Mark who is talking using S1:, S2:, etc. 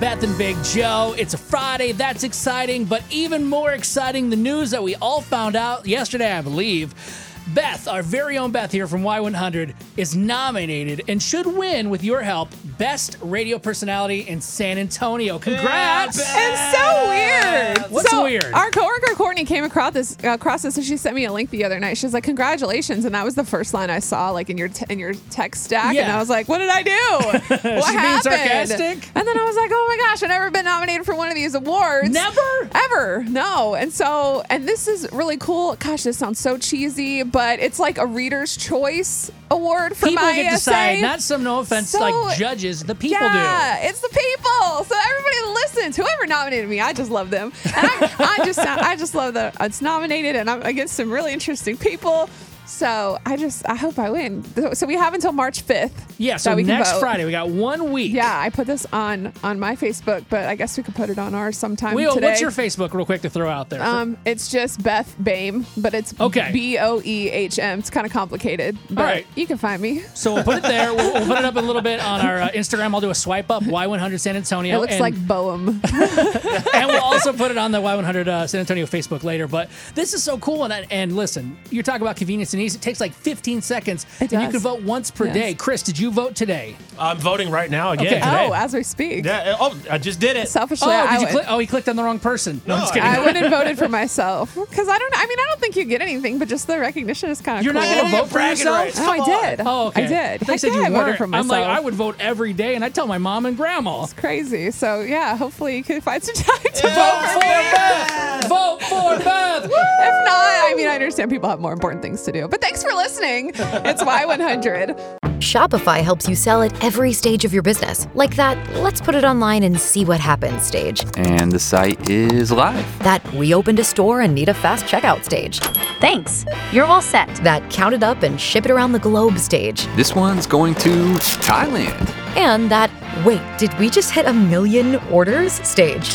S1: Beth and Big Joe, it's a Friday. That's exciting, but even more exciting, the news that we all found out yesterday, I believe. Beth, our very own Beth here from Y100, is nominated and should win, with your help, Best Radio Personality in San Antonio. Congrats!
S2: It's so weird.
S1: What's
S2: so
S1: weird?
S2: Our coworker Courtney came across this, across this, and she sent me a link the other night. She was like, "Congratulations!" And that was the first line I saw, like in your t- in your text stack. And
S1: Yeah.
S2: I was like, "What did I do? What
S1: being
S2: happened?"
S1: sarcastic?
S2: And then I was like, "Oh my gosh! I've never been nominated for one of these awards.
S1: Never?
S2: ever. No." And so, and this is really cool. Gosh, this sounds so cheesy, but it's like a Reader's Choice Award for
S1: people
S2: my
S1: get to
S2: essay.
S1: decide, not some no offense,
S2: So-
S1: like judges, the people
S2: yeah, it's the people. So everybody listens. Whoever nominated me, I just love them. And I, I just, I just love that it's nominated, and I'm against some really interesting people. So I just, I hope I win. So we have until March 5th.
S1: do. Yeah, so
S2: that we can
S1: next
S2: vote.
S1: Friday, we got one week.
S2: Yeah, I put this on on my Facebook, but I guess we could put it on ours sometime
S1: Will,
S2: today.
S1: what's your Facebook, real quick, to throw out there? for-
S2: um, it's just Beth Bame, but it's
S1: Okay.
S2: B O E H M. It's kind of complicated, but
S1: right.
S2: you can find me.
S1: So we'll put it there. We'll, we'll put it up in a little bit on our uh, Instagram. I'll do a swipe up Y100 San Antonio.
S2: It looks
S1: Oh, and,
S2: like Boehm. Oh,
S1: and we'll also put it on the Y100 uh, San Antonio Facebook later. But this is so cool. And I- and listen, you're talking about convenience and ease. It takes like 15 seconds,
S2: It
S1: and you
S2: does.
S1: can vote once per
S2: Yes.
S1: day. Chris, did you vote today?
S3: I'm voting right now again.
S1: Okay.
S3: today.
S2: Oh, as we speak.
S3: yeah. Oh, I just did it.
S2: Selfishly,
S1: oh, did
S2: I
S1: you
S2: would.
S1: click? Oh, he clicked on the wrong person. No, I'm just
S3: I-
S1: kidding.
S2: I would have voted for myself because I don't. I mean, I don't think you get anything, but just the recognition is kind of.
S1: You're
S2: cool.
S1: not going to vote for
S3: bragging
S1: yourself.
S3: rights.
S2: No, I did.
S1: Oh, okay.
S2: I did.
S1: They
S2: Heck
S1: said
S2: yeah,
S1: you
S2: I voted
S1: weren't.
S2: for myself.
S1: I'm like, I would vote every day, and I tell my mom and grandma.
S2: It's crazy. So yeah, hopefully you can find some time to vote for me.
S1: Vote for Beth.
S2: If not, I mean, I understand people have more important things to do. But thanks for listening. It's Y100.
S4: Shopify helps you sell at every stage of your business. Like that, let's put it online and see what happens stage.
S5: And the site is live.
S4: That we opened a store and need a fast checkout stage.
S6: Thanks. You're all set.
S4: That count it up and ship it around the globe stage.
S5: This one's going to Thailand.
S4: And that, wait, did we just hit a million orders stage?